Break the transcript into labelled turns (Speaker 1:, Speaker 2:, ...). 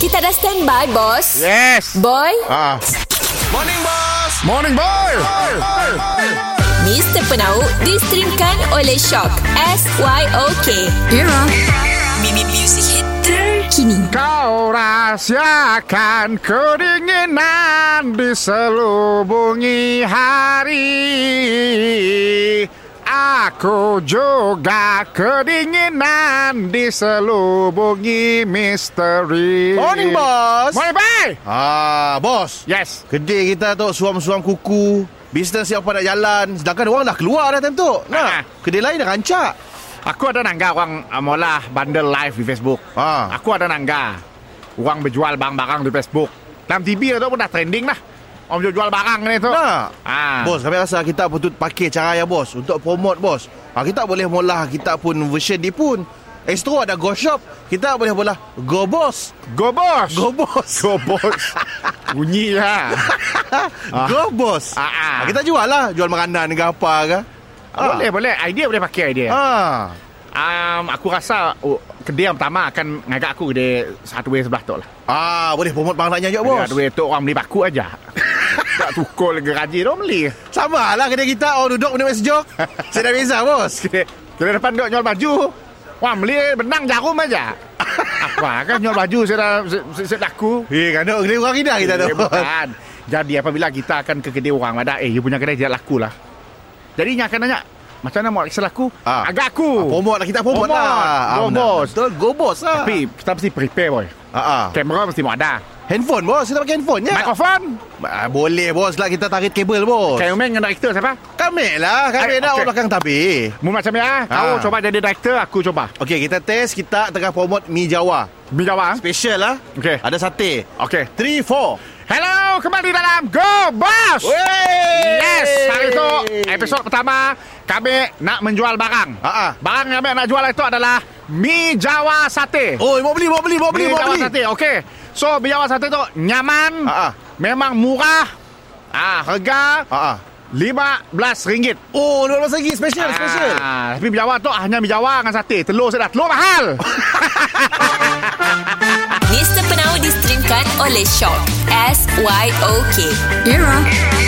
Speaker 1: Kita dah standby, bos.
Speaker 2: Ya. Yes.
Speaker 1: Boy,
Speaker 2: Ah.
Speaker 3: Morning Boss
Speaker 2: Morning boy.
Speaker 1: Mr. Penau distrimkan oleh Shock. S-Y-O-K. Era. Mimi Music Hit terkini.
Speaker 2: Kau rahasiakan keinginan diselubungi hari. Aku juga kedinginan diselubungi misteri.
Speaker 3: Eh, Morning Boss
Speaker 2: Morning Ya. boy.
Speaker 3: Ah Boss
Speaker 2: Yes.
Speaker 3: Kedai kita tu suam-suam kuku Bisnes siapa nak jalan Sedangkan orang dah keluar dah time tu
Speaker 2: Ah.
Speaker 3: Nah Kedai lain dah rancak
Speaker 2: Aku ada nangga orang uh, mula bundle live di Facebook.
Speaker 3: Ah.
Speaker 2: Aku ada nangga orang berjual barang-barang di Facebook. Dalam TV tu pun dah trending lah. Orang jual barang ni tu.
Speaker 3: Nah
Speaker 2: Ah.
Speaker 3: Bos kami rasa kita patut pakai cara ya bos Untuk promote bos ha, Kita boleh mula kita pun version dia pun Astro ada Go Shop Kita boleh mula Go Boss
Speaker 2: Go bos.
Speaker 3: Go Boss
Speaker 2: Go bos. Bunyi lah. Ah.
Speaker 3: Go Boss
Speaker 2: Ah, ah.
Speaker 3: ha, Kita jual lah Jual makanan ke apa ke Ah.
Speaker 2: Boleh, boleh. Idea boleh pakai idea.
Speaker 3: Ah.
Speaker 2: Um, aku rasa oh, kedai yang pertama akan ngajak aku kedai satu way sebelah tu lah.
Speaker 3: Ah, boleh promote barang lain juga
Speaker 2: Kedai
Speaker 3: bos.
Speaker 2: Satu way tu orang beli baku aja. tak tukul geraji tu beli.
Speaker 3: Sama lah kedai kita orang duduk benda sejok. Saya dah beza bos.
Speaker 2: Kedai, kedai depan duk nyol baju. Orang beli benang jarum aja. Apa kan nyol baju saya dah saya, saya- saya laku.
Speaker 3: Eh, kan duk kedai orang kita kita tu.
Speaker 2: Eh, bukan. Jadi apabila kita akan ke kedai orang ada eh you punya kedai tidak laku lah. Jadi dia akan nanya macam mana mau Alexa laku?
Speaker 3: Ah.
Speaker 2: Agak aku.
Speaker 3: Ah, promote lah kita promote,
Speaker 2: Promote.
Speaker 3: lah.
Speaker 2: Go
Speaker 3: benar.
Speaker 2: Boss.
Speaker 3: Betul, go boss lah.
Speaker 2: Tapi kita mesti prepare boy.
Speaker 3: ah, ah.
Speaker 2: Kamera mesti mau ada.
Speaker 3: handphone bos, kita pakai handphone ya.
Speaker 2: Mikrofon.
Speaker 3: Ah, boleh bos lah kita tarik kabel bos.
Speaker 2: Kayu Meng dengan director siapa?
Speaker 3: Kami lah, kami
Speaker 2: Ay,
Speaker 3: dah
Speaker 2: okay.
Speaker 3: orang belakang tapi.
Speaker 2: Mu macam ya. Kau
Speaker 3: Ah.
Speaker 2: coba jadi director, aku coba.
Speaker 3: Okey, kita test kita tengah promote mi Jawa.
Speaker 2: Mi jawab.
Speaker 3: Special lah.
Speaker 2: Okey.
Speaker 3: Ada sate.
Speaker 2: Okey.
Speaker 3: 3 4.
Speaker 2: Hello, kembali dalam Go Boss.
Speaker 3: Wey!
Speaker 2: Yes, hari itu episod pertama kami nak menjual barang.
Speaker 3: Ah, ah.
Speaker 2: Barang yang kami nak jual itu adalah mi Jawa sate.
Speaker 3: Oh, mau beli, mau beli, mau
Speaker 2: Beli
Speaker 3: beli, mau
Speaker 2: biawak
Speaker 3: beli.
Speaker 2: sate. Okey. So biawak sate tu nyaman.
Speaker 3: Ah, ah.
Speaker 2: Memang murah. Ah, harga
Speaker 3: Ah, ah.
Speaker 2: RM15.
Speaker 3: Oh, luar biasa lagi special, special.
Speaker 2: Ah, tapi biawak tu hanya biawak dengan sate. Telur saya dah. Telur mahal.
Speaker 1: Mr. Penau distrimkan oleh Shock. S-Y-O-K. Era.